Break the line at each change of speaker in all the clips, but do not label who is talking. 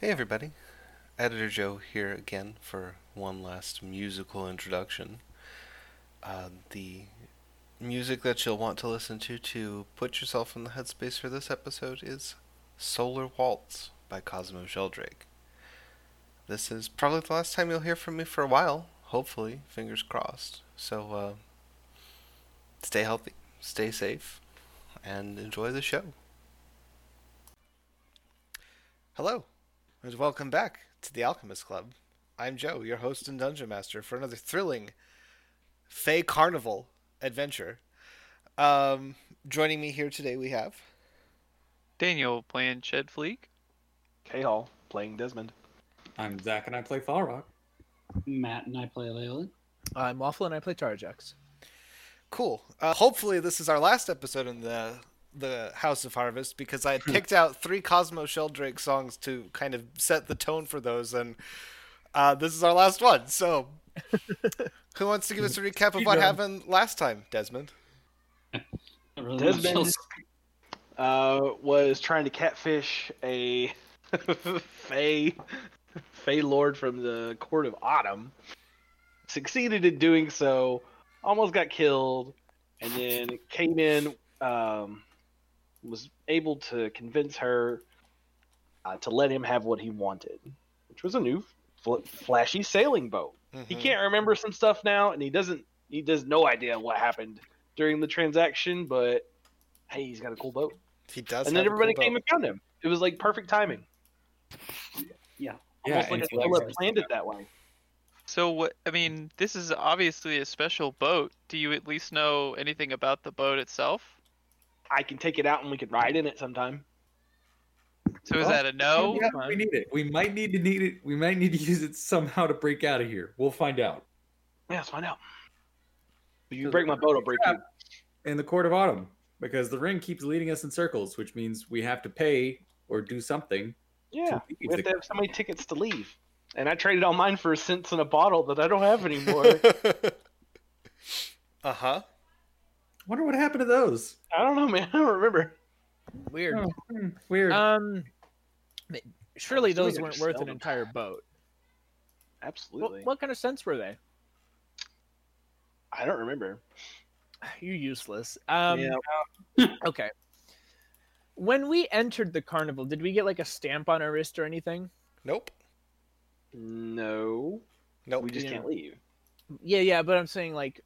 Hey, everybody. Editor Joe here again for one last musical introduction. Uh, the music that you'll want to listen to to put yourself in the headspace for this episode is Solar Waltz by Cosmo Sheldrake. This is probably the last time you'll hear from me for a while, hopefully, fingers crossed. So uh, stay healthy, stay safe, and enjoy the show. Hello. And welcome back to the Alchemist Club. I'm Joe, your host and dungeon master, for another thrilling Fey Carnival adventure. Um, joining me here today, we have
Daniel playing Shed Fleek.
K Hall playing Desmond.
I'm Zach and I play Falrock.
Matt and I play Leyland.
I'm Waffle and I play Tarjax.
cool. Uh, hopefully, this is our last episode in the the House of Harvest because I had
Hmm.
picked out three Cosmo Sheldrake songs to kind of set the tone for those, and uh, this is our last one. So, who wants to give us a recap of what happened last time, Desmond?
Not really much
Desmond
else.
uh, was trying to catfish a Fey Fey Lord from the Court of Autumn. Succeeded in doing so, almost got killed, and then came in. Um, was able to convince her uh, to let him have what he wanted, which was a new fl- flashy sailing boat. he
Mhm.
can't remember some stuff now and he doesn't he does no idea what happened during the transaction but hey he's got a cool boat
He does.
and then
have a
everybody
cool
came
boat.
and found him it was like perfect timing almost like
and so,
Attila
like,
planned it that way
So what? I mean, this is obviously a special boat. Do you at least know anything about the boat itself?
i can take it out and we can ride in it sometime
So is
Well,
that a no?
yeah, we need it. We might need to need it. We might need to use it somehow to break out of here. We'll find out.
yeah let's find out if you
Does-
break my boat i'll break you
In the court of autumn, because the ring keeps leading us in circles, which means we have to pay or do something.
yeah
to
we
leave
have to
the-
have so many tickets to leave and i traded all mine for cents in a bottle that i don't have anymore
uh huh.
Wonder what happened to those.
i don't know man i don't remember
Weird.
Oh, hmm, weird.
Uh,
Um, ma- surely
Still
those
gonna
weren't
sell
worth an
them.
entire boat.
absolutely
What, what kind of sense were they?
i don't remember
You're useless. Um,
yeah
Okay. When we entered the carnival, did we get like a stamp on our wrist or anything?
Nope.
no
Nope.
we just
yeah.
can't leave
Yeah, yeah, but I'm saying like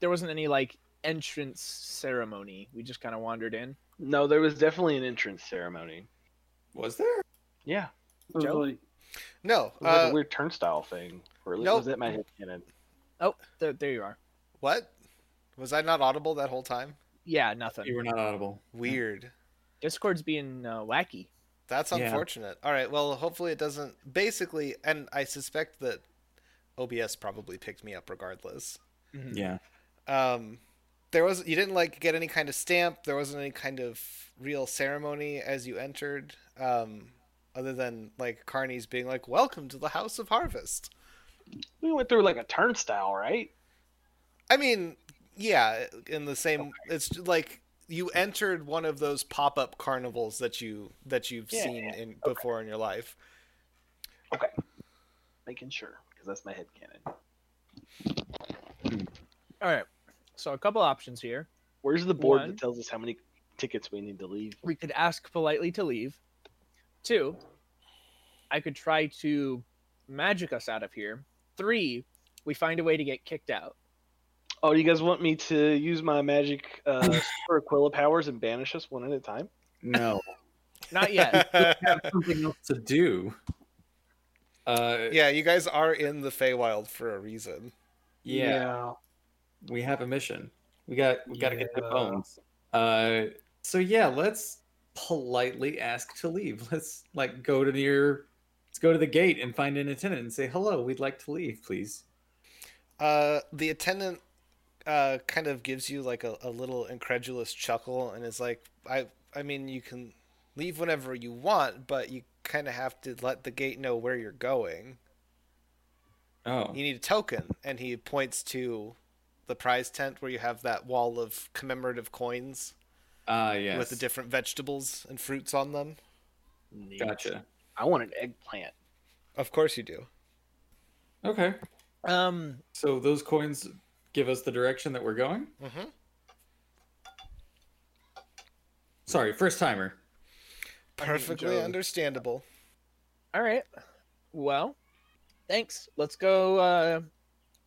there wasn't any like entrance ceremony. We just kind of wandered in.
No, there was definitely an entrance ceremony.
Was there?
Yeah,
It was
Joe?
like-
no.
it was like
uh,
a weird turnstile thing. Or at least
nope.
was that my head canon?
Oh, there, there you are.
What? Was I not audible that whole time?
Yeah, nothing.
You were not audible.
Weird.
Discord's being uh, wacky.
That's
Yeah.
unfortunate. All right. Well, hopefully it doesn't. Basically, and I suspect that OBS probably picked me up regardless.
Yeah.
Um, there was you didn't like get any kind of stamp. There wasn't any kind of real ceremony as you entered, um, other than like Carney's being like, "Welcome to the House of Harvest."
We went through like a turnstile, right?
I mean, yeah, in the same. It's j- like you entered one of those pop-up carnivals that you that you've
Yeah,
seen in before in your life.
Making sure, because that's my head canon.
All right. So a couple options here.
Where's the board
One.
that tells us how many tickets we need to leave?
we could ask politely to leave. Two, I could try to magic us out of here. Three, we find a way to get kicked out.
Oh, you guys want me to use my magic uh, super Aquila powers and banish us one at a time?
No.
Not yet.
have something else to do. Uh,
yeah, you guys are in the Feywild for a reason.
yeah. we have a mission. We got we got to get the
Yeah.
bones. Uh, so yeah, let's politely ask to leave. Let's like go to near. Let's go to the gate and find an attendant and say hello. We'd like to leave, please.
Uh, the attendant uh, kind of gives you like a, a little incredulous chuckle and is like, "I, I mean, you can leave whenever you want, but you kind of have to let the gate know where you're going.
Oh,
You need a token." And he points to the prize tent where you have that wall of commemorative coins
ah, yes.
with the different vegetables and fruits on them.
Gotcha.
I want an eggplant.
Of course you do.
Okay.
Um,
So those coins give us the direction that we're going.
Mm-hmm.
Sorry, first timer.
Perfectly
Joe.
understandable.
all right. Well, thanks. Let's go. Uh,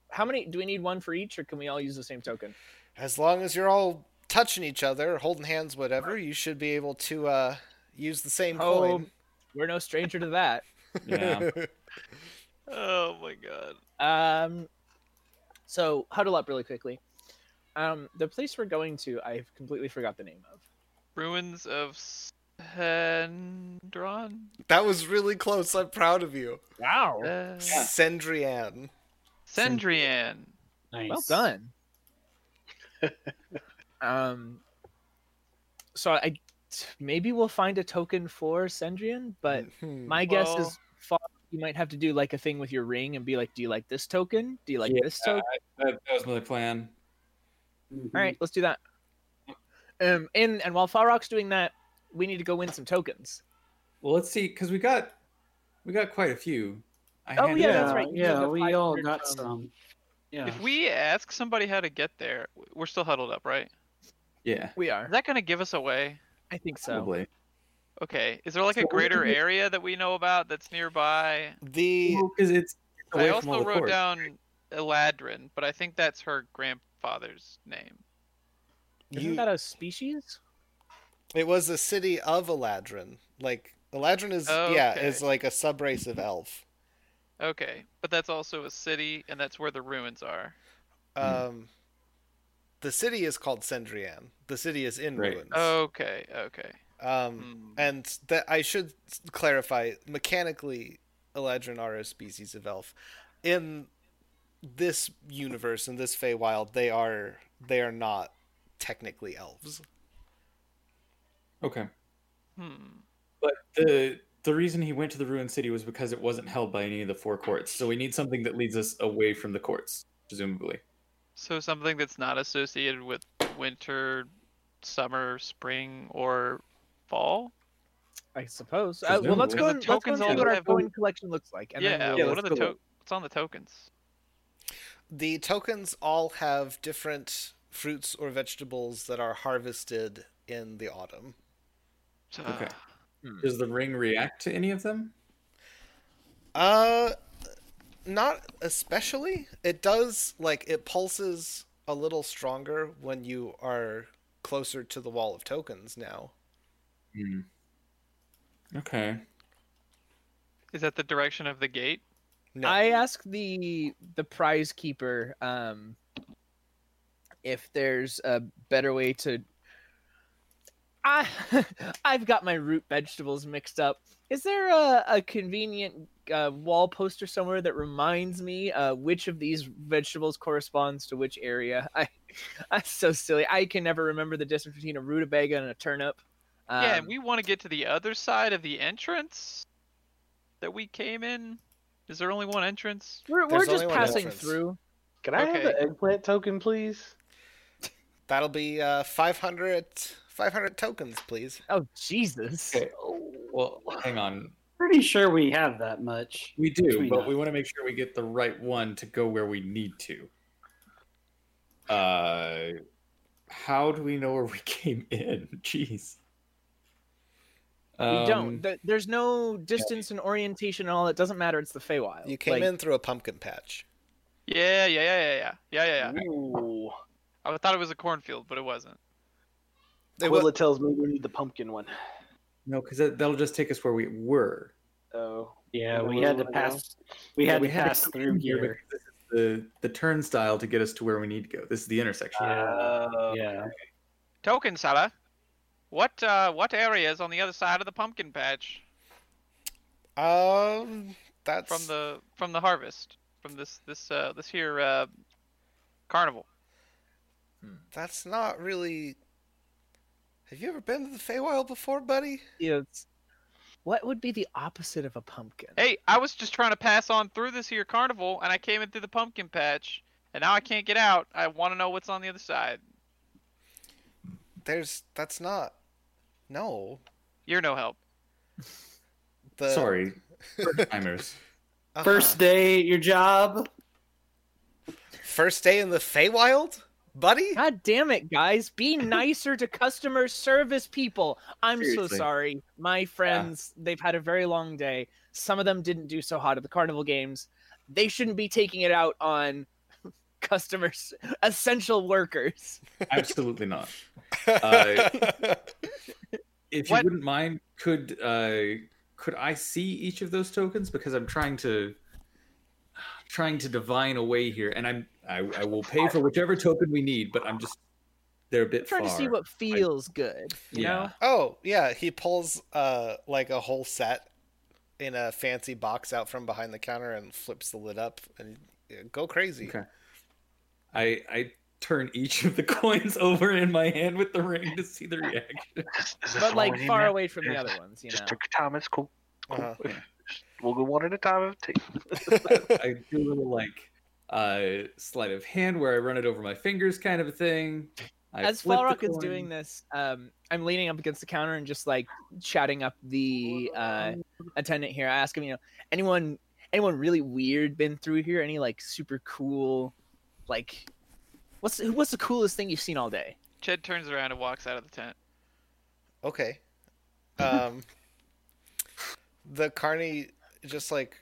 how many do we need one for each, or can we all use the same token?
As long as you're all touching each other, holding hands, whatever, you should be able to uh, use the same
Oh,
coin.
we're no stranger to that.
Yeah.
Oh my god.
Um, so huddle up really quickly. Um, the place we're going to, I've completely forgot the name of.
Ruins of Sendron?
that was really close. I'm proud of you.
Wow,
Uh,
Sendrian.
Sendrian.
Nice.
well done. um, so I maybe we'll find a token for Sendrian, but
Hmm.
my guess
Well-
is Fog, you might have to do like a thing with your ring and be like, "Do you like this token? Do you like
Yeah,
this token?"
That, that was my plan.
Mhm.
All right, let's do that. Um, and and while Farrock's doing that, we need to go win some tokens.
Well, let's see, because we got we got quite a few. I uh,
Oh,
handed
Yeah,
Yeah,
out-
that's right. You have
Yeah,
the
we all
500
got
from-
some. Yeah.
If we ask somebody how to get there, we're still huddled up, right?
Yeah.
We
Is
are.
that gonna give us away?
I think so.
Probably.
Okay. Is there like a
So what do
greater
we-
area that we know about that's nearby?
The
Because it's it's away
I
from all
also
the
wrote
court.
down Eladrin, but I think that's her grandfather's name.
Isn't
you,
that a species?
it was a city of Eladrin. Like Eladrin is yeah
Okay.
is like a subrace of elf.
Okay, but that's also a city, and that's where the ruins are. Hmm.
Um, the city is called Sendrian. The city is in
Right.
ruins.
Okay, okay.
Um,
Oh. Hmm.
And that I should s- clarify mechanically, Eladrin are a species of elf. In this universe, in this Feywild, they are they are not technically elves.
Okay.
Hmm.
But the the reason he went to the ruined city was because it wasn't held by any of the four courts. So we need something that leads us away from the courts, presumably.
So something that's not associated with winter, summer, spring, or fall.
I suppose. Uh, well, let's
Presumably.
go.
The
And, let's go
tokens
and see
all
what our
have-
coin collection looks like. And
yeah,
Then
Yeah,
we'll,
what are
let's
the
go.
to- what's on the tokens?
The tokens all have different fruits or vegetables that are harvested in the autumn.
Okay.
Ah,
Does the ring react to any of them?
Uh, not especially. It does like it pulses a little stronger when you are closer to the wall of tokens now.
Okay.
Is that the direction of the gate?
No.
I asked the the prize keeper um, if there's a better way to. I I've got my root vegetables mixed up. Is there a, a convenient uh, wall poster somewhere that reminds me uh, which of these vegetables corresponds to which area? I that's so silly. I can never remember the difference between a rutabaga and a turnip. Um,
yeah, and we want to get to the other side of the entrance that we came in. Is there only one entrance?
we're, we're
There's
just
only one
passing
entrance.
through.
Can I have
Okay.
the eggplant token, please?
That'll be uh 500 500 tokens, please.
Oh Jesus!
Okay. Well, hang on.
Pretty sure we have that much.
We do,
Between
but
us.
we want to make sure we get the right one to go where we need to. Uh, how do we know where we came in? Jeez.
We
Um,
don't. There- There's no distance and orientation at all. It doesn't matter. It's the Feywild.
You came
Like,
in through a pumpkin patch.
Yeah, yeah, yeah, yeah, yeah, yeah, yeah. yeah.
Ooh.
I thought it was a cornfield, but it wasn't.
They
Willa
will
tells me we need the pumpkin one.
No, because that, that'll just take us where we were.
Oh.
Yeah,
Yeah,
we
we're
had to
going
pass. We had
we
to
had to
pass through here.
because this is the the turnstile to get us to where we need to go. This is the intersection.
Uh,
Yeah.
Token seller, what uh, what area is on the other side of the pumpkin patch
um that's
from the from the harvest from this this uh, this here uh, carnival?
that's not really Have you ever been to the Feywild before, buddy?
yeah, it's- What would be the opposite of a pumpkin?
Hey, I was just trying to pass on through this here carnival, and I came in through the pumpkin patch, and now I can't get out. I want to know what's on the other side.
There's that's not No.
You're no help.
The
Sorry, timers.
Uh-huh.
First day at your job.
first day in the Feywild, buddy.
God damn it, guys. Be nicer to customer service people. I'm so
Seriously.
sorry. My friends, they've had a very long day. Some of them didn't do so hot at the carnival games. They shouldn't be taking it out on customers, essential workers.
Absolutely not. Uh, If you
What-
wouldn't mind, could uh, could I see each of those tokens because I'm trying to trying to divine a way here, and I'm I, I will pay for whichever token we need, but I'm just they're a bit
Trying to see
far.
what feels good. You
yeah.
know?
oh yeah, he pulls uh like a whole set in a fancy box out from behind the counter and flips the lid up and yeah, go crazy.
Okay. I I turn each of the coins over in my hand with the ring to see the reaction.
Is- is this
But like
already
far
met?
away from the
Just-
other ones, you
Just
know.
took your time. It's cool. cool.
Uh-huh.
We'll go one at a time. Take-
I do a little like uh sleight of hand where I run it over my fingers kind of a thing. I
As
flip the
Falrock is
coin.
doing this, um, I'm leaning up against the counter and just like chatting up the uh, attendant here. I ask him, you know, anyone anyone really weird been through here? Any like super cool, like what's what's the coolest thing you've seen all day?
Ched turns around and walks out of the tent.
Okay. Um, the carney just like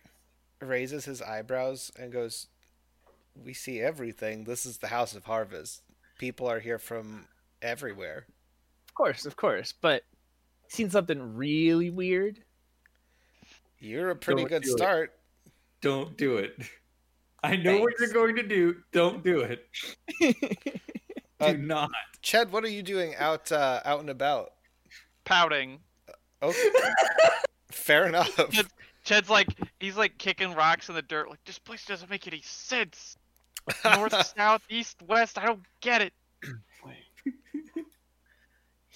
raises his eyebrows and goes, "We see everything. This is the House of Harvest. People are here from everywhere."
Of course, of course, but seen something really weird.
You're a pretty
Don't
good
do it.
start.
Don't do it. I know what you're
Thanks.
going to do. Don't do it. Do
Uh,
not.
Ched, what are you doing out uh, out and about?
Pouting.
Okay. Fair enough.
Ched's like he's like kicking rocks in the dirt, like this place doesn't make any sense. North, south, east, west, I don't get it.
You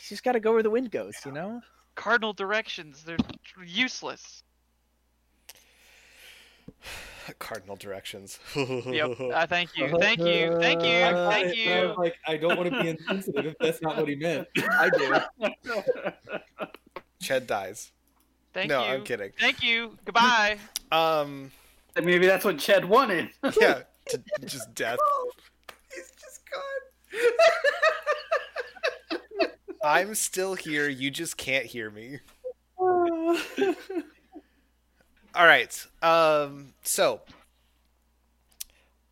just got to go where the wind goes, you know.
Cardinal directions, they're useless.
Cardinal directions.
Yep. Uh, thank
Uh-huh.
you. Thank you. Thank you.
Uh,
Thank you.
Like I don't want to be insensitive if that's not what he meant.
I do.
Ched dies.
Thank
no,
you.
I'm kidding.
Thank you. Goodbye.
Um,
And maybe that's what Ched wanted.
yeah, t- just death.
Oh, He's just gone.
I'm still here. You just can't hear me. All right. Um, so,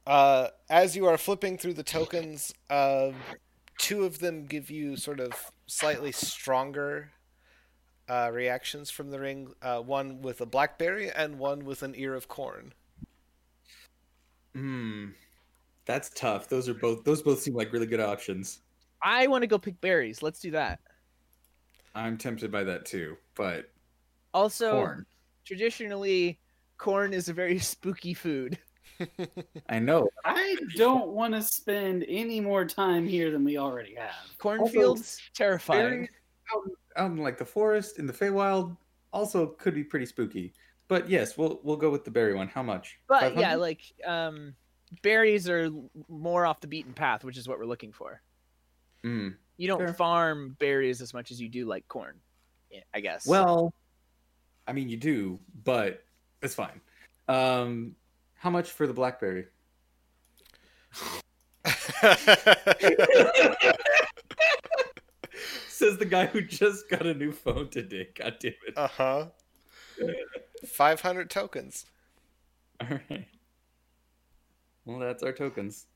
uh, as you are flipping through the tokens, uh, two of them give you sort of slightly stronger uh, reactions from the ring. Uh, one with a blackberry and one with an ear of corn.
Hmm. That's tough. Those are both. Those both seem like really good options.
I want to go pick berries. Let's do that.
I'm tempted by that too, but
Also,
corn.
traditionally, corn is a very spooky food.
I know.
I don't want to spend any more time here than we already have.
Cornfields, terrifying.
Very out, out in like the forest in the Feywild also could be pretty spooky. But yes, we'll we'll go with the berry one. How much?
But yeah,
500?
like um, berries are l- more off the beaten path, which is what we're looking for.
Hmm.
You don't
Fair.
farm berries as much as you do like corn, yeah, I guess.
Well, I mean you do, but it's fine. Um, how much for the blackberry? Says the guy who just got a new phone today. God damn it!
uh huh. 500 tokens.
All right. Well, that's our tokens.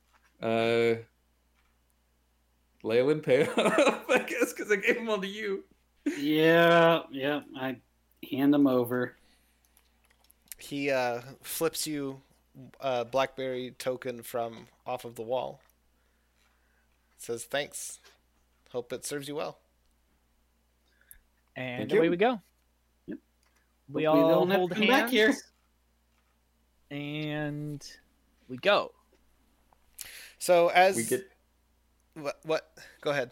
Uh, Leyland pay off, I guess, because I gave them all to you.
Yeah, yeah. I hand them over.
He uh, flips you a blackberry token from off of the wall. Says thanks. Hope it serves you well.
and
Thank
away
you.
we go.
Yep.
We
Hope we
all
don't have to
hold
come
hands
back here.
and we go.
So as
We get.
what, what? Go ahead.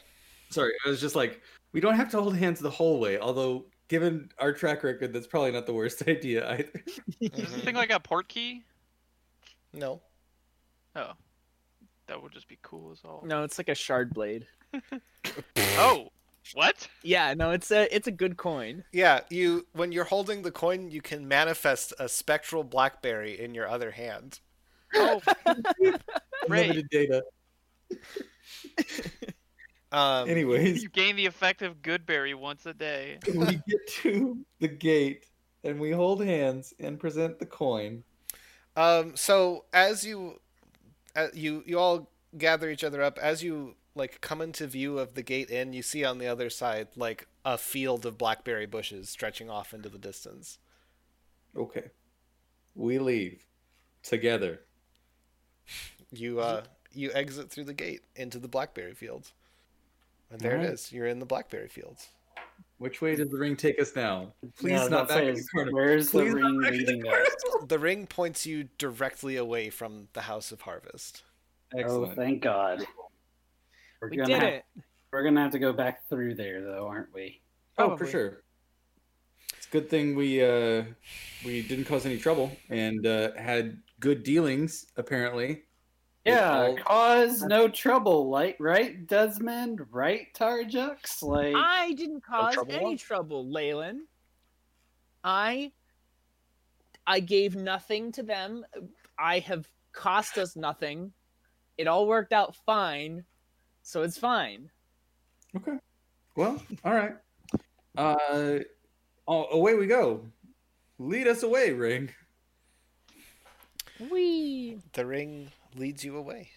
Sorry, I was just like, we don't have to hold hands the whole way. Although, given our track record, that's probably not the worst idea either.
Is
Mm-hmm.
this thing like a port key?
No.
Oh. That would just be cool as all.
No, it's like a shard blade.
Oh. What?
Yeah, no, it's a it's a good coin.
Yeah, you when you're holding the coin, you can manifest a spectral blackberry in your other hand.
Oh, Great.
Limited data.
Um,
Anyways,
you gain the effect of Goodberry once a day.
we get to the gate and we hold hands and present the coin.
Um, so as you, uh, you you all gather each other up as you like come into view of the gate in. You see on the other side like a field of blackberry bushes stretching off into the distance.
Okay. We leave together.
You uh you exit through the gate into the blackberry fields, and there it
Alright.
is. You're in the blackberry fields.
Which way does the ring take us now? Please
Yeah, I was
not
about to say,
back to
is-
the carnival.
Where's the
Please not
ring
back to the
leading us?
carnival.
The ring points you directly away from the House of Harvest.
Oh,
Excellent.
thank God. We're
We
gonna
did
have,
it.
We're gonna have to go back through there, though, aren't we?
Oh, for
Probably.
sure. It's a good thing we uh, we didn't cause any trouble and uh, had good dealings. Apparently,
Yeah,
all-
cause no trouble, like right, Desmond, right, Tarjux, like
I didn't cause
trouble
any
once.
trouble, Leyland. I I gave nothing to them. I have cost us nothing. It all worked out fine, so it's fine.
Okay. Well, all right. Uh, oh, away we go. Lead us away, ring.
We
the ring leads you away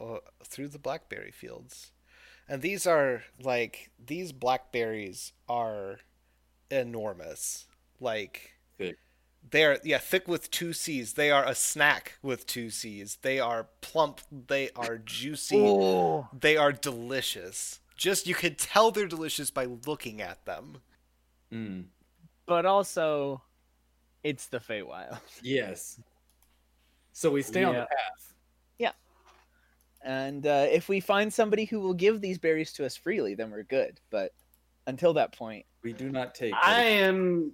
uh, through the blackberry fields. And these are like these blackberries are enormous. Like
Thick.
they're yeah, thick with two C's. They are a snack with two C's. They are plump, they are juicy,
Oh.
Oh.
they are delicious. Just you could tell they're delicious by looking at them.
Mm,
but also it's the Feywild.
yes. So we stay on the
Yeah.
path.
And uh, if we find somebody who will give these berries to us freely, then we're good. But until that point,
We do not take.
I am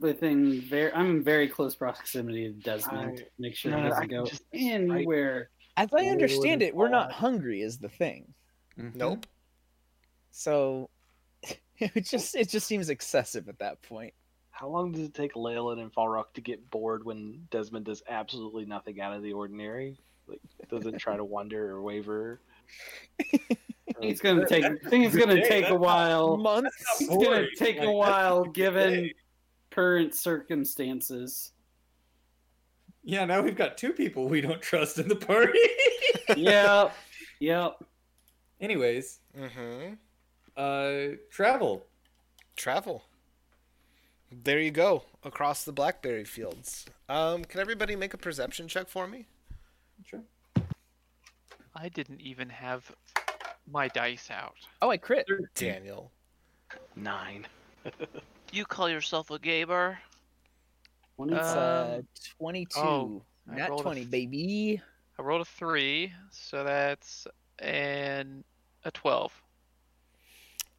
within very I'm in very close proximity to Desmond.
I-
Make sure
no,
he
no,
doesn't
I
go
just-
anywhere.
as I
Ooh,
understand it, we're not
God.
hungry is the thing.
Mhm.
Nope.
So it just it just seems excessive at that point.
How long does it take Leyland and Falrock to get bored when Desmond does absolutely nothing out of the ordinary? Like doesn't try to wander or waver.
I think it's gonna take. I think it's gonna
Hey,
take a
that's-
while.
Months.
It's gonna
boring.
take
Like,
a while given
Hey.
current circumstances.
Yeah. Now we've got two people we don't trust in the party.
yep, yep.
Anyways,
Mm-hmm.
uh, travel.
Travel. There you go, across the blackberry fields. Um, can everybody make a perception check for me?
Sure.
I didn't even have my dice out.
Oh, I crit.
Daniel.
Nine.
You call yourself a gamer?
When it's,
It's,
uh,
uh,
Um,
22.
oh, I
not
rolled a
20,
f-
baby.
I rolled a three, so that's an a twelve.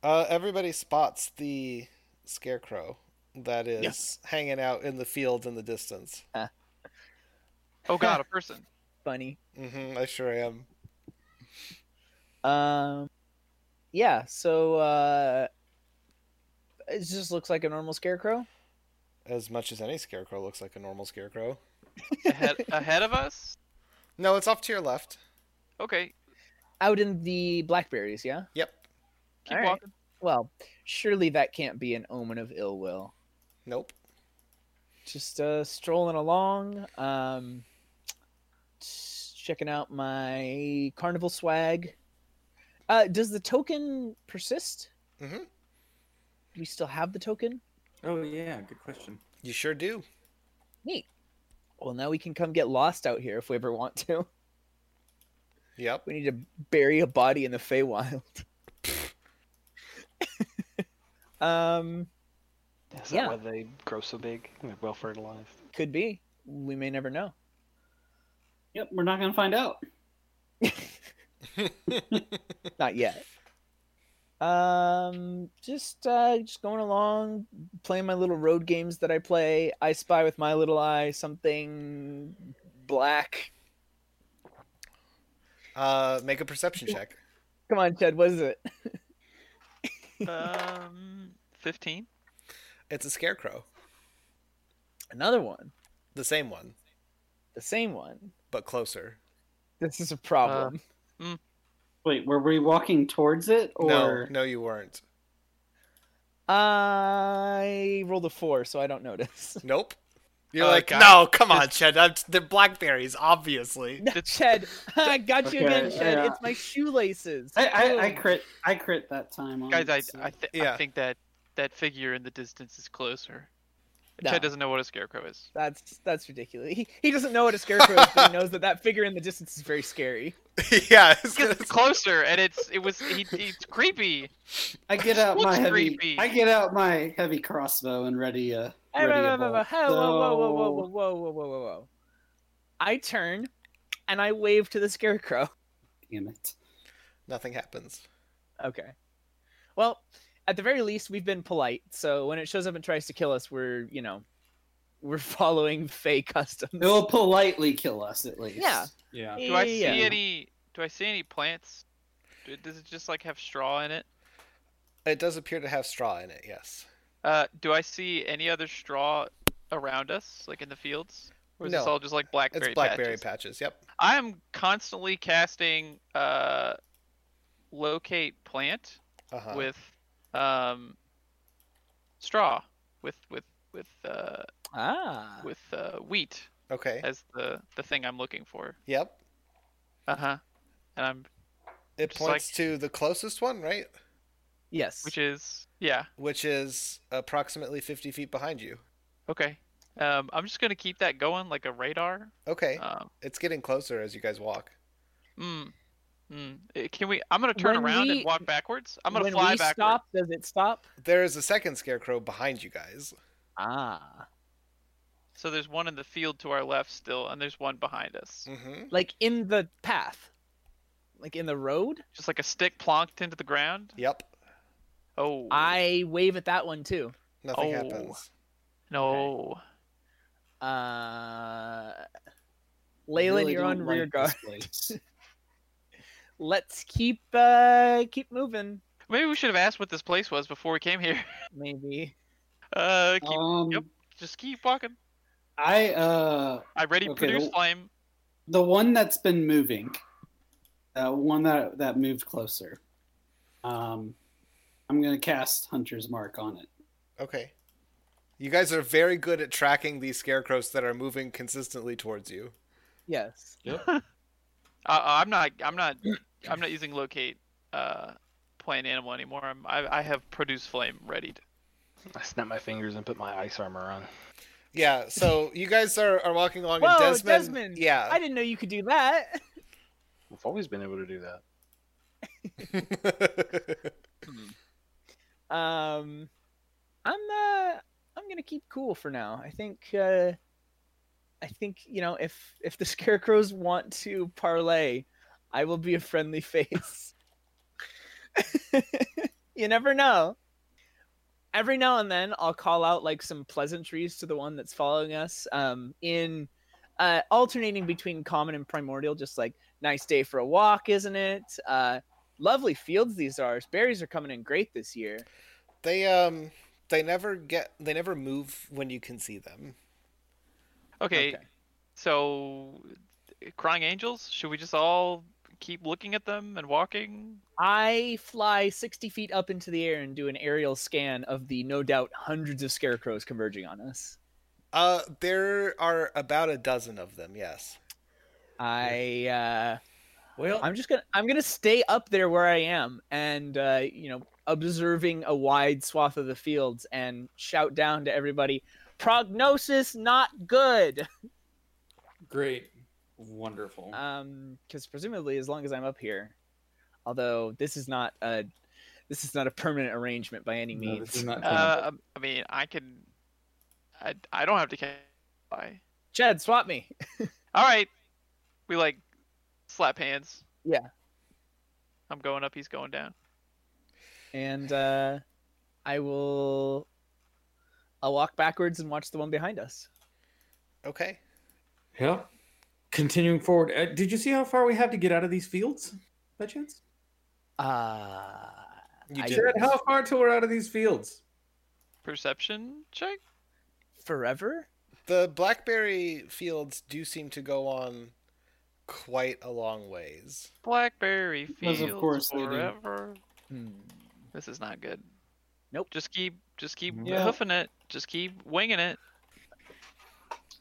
Uh, everybody spots the scarecrow that is hanging out in the field in the distance.
Oh god, a person.
Funny.
hmm I sure am.
Um, yeah. So uh, it just looks like a normal scarecrow.
As much as any scarecrow looks like a normal scarecrow.
Ahead ahead of us?
No, it's off to your left.
Okay.
Out in the blackberries, yeah.
Yep.
Keep
All right.
walking.
Well, surely that can't be an omen of ill will.
Nope.
Just uh, strolling along, um, s- checking out my carnival swag. Uh, does the token persist?
Mhm.
Do we still have the token?
Oh yeah, good question.
You sure do.
Well, now we can come get lost out here if we ever want to.
Yep.
We need to bury a body in the Feywild. um,
Is
Yeah.
that why they grow so big? They're well fertilized.
could be. We may never know.
yep. We're not gonna find out.
Not yet. Um, just uh, just going along, playing my little road games that I play. I spy with my little eye something black.
Uh, make a perception check.
Come on, Chad, what is it?
Um, fifteen.
It's a scarecrow,
Another one,
the same one,
the same one.
but closer.
This is a problem.
Wait, were we walking towards it
No,
or
no, you weren't.
I rolled a four, so I don't notice.
Nope. You're
Oh,
like,
God.
no, come on, Chet. That's the blackberries, obviously.
Shed, I got you again,
Okay,
Shed.
yeah.
It's my shoelaces. Oh.
I, I, I
No.
crit I crit that time on
Guys, I
it, so-
I, th-
Yeah.
I think that that figure in the distance is closer.
No.
Chad doesn't know what a scarecrow is.
That's that's ridiculous. He, he doesn't know what a scarecrow is, but he knows that that figure in the distance is very scary.
yeah. it's
Because
gonna-
it's closer, and it's it was he, it's creepy.
I get out my
Looks
heavy
creepy.
I get out my heavy crossbow and ready uh
Hey,
ready
whoa,
a
whoa, whoa,
bolt.
whoa, whoa, whoa, whoa, whoa,
So-
whoa, whoa, whoa, whoa, whoa. I turn and I wave to the scarecrow.
Damn it.
Nothing happens.
Okay. Well, at the very least, we've been polite. So when it shows up and tries to kill us, we're you know, we're following Fey customs.
It will politely kill us at least.
Yeah.
Yeah.
Do I see
Yeah.
any? Do I see any plants? Do- Does it just like have straw in it?
It does appear to have straw in it, yes.
Uh, do I see any other straw around us, like in the fields? Or is this
No.
all just like blackberry,
It's blackberry
patches?
patches. Yep.
I'm constantly casting uh, locate plant
Uh-huh.
with um, straw with with with uh,
Ah.
with uh, wheat
Okay.
as the the thing I'm looking for.
Yep.
Uh huh. And I'm
It
Just like-
points to the closest one, right?
Yes.
which is yeah
Which is approximately 50 feet behind you.
okay. Um, I'm just gonna keep that going like a radar.
Okay.
Um,
It's getting closer as you guys walk.
mm, mm. Uh, Can we? I'm gonna turn
When
around
we-
and walk backwards. I'm gonna
when
fly
we
backwards.
stop, does it stop?
There is a second scarecrow behind you guys.
Ah.
So there's one in the field to our left still, and there's one behind us.
Mm-hmm.
Like in the path. Like in the road?
Just like a stick plonked into the ground.
Yep.
Oh,
I wave at that one too.
Nothing
Oh.
happens.
no.
Uh
I
Leyland,
really
you're on
don't
rear
like
guard.
this place.
Let's keep uh keep moving,
Maybe we should have asked what this place was before we came here.
maybe.
Uh, keep,
um
Yep. just keep walking.
I uh
I ready
Okay,
produce
well-
flame.
the one that's been moving. Uh one that that moved closer. Um I'm gonna cast Hunter's Mark on it.
Okay. You guys are very good at tracking these scarecrows that are moving consistently towards you.
Yes.
Uh, I'm not. I'm not. I'm not using locate. Uh, plant animal anymore. I'm, I I have produce flame readied.
I snap my fingers and put my ice armor on.
Yeah, so you guys are, are walking along
Whoa,
and Desmond,
Desmond!
Yeah.
I didn't know you could do that.
I've always been able to do that.
Um I'm uh I'm gonna keep cool for now. I think uh I think, you know, if if the scarecrows want to parlay, I will be a friendly face. you never know. Every now and then I'll call out like some pleasantries to the one that's following us. Um in uh alternating between common and primordial, just like nice day for a walk, isn't it? Uh lovely fields these are. Berries are coming in great this year.
they um they never get they never move when you can see them.
Okay. So, crying angels. Should we just all keep looking at them and walking?
I fly 60 feet up into the air and do an aerial scan of the no doubt hundreds of scarecrows converging on us.
Uh there are about a dozen of them, yes.
I uh,
Well,
I'm just gonna I'm gonna stay up there where I am and uh, you know observing a wide swath of the fields and shout down to everybody. Prognosis not good.
great. Wonderful.
Um, because presumably as long as I'm up here, although this is not a this is not a permanent arrangement by any
No, this
means.
is not
Uh, um, I mean, I can. I I don't have to ca- Bye.
Chad, swap me.
All right. We like slap hands.
Yeah.
I'm going up. He's going down.
and uh, I will. I'll walk backwards and watch the one behind us.
Okay.
yeah. Continuing forward. Uh, did you see how far we have to get out of these fields by chance?
Uh,
You
I-
did.
Chad, how far till we're out of these fields?
Perception check.
Forever?
The blackberry fields do seem to go on quite a long ways.
Blackberry fields
Because of course they do.
forever.
Hmm.
This is not good.
Nope.
Just keep, just keep
Yeah.
hoofing it. Just keep winging it.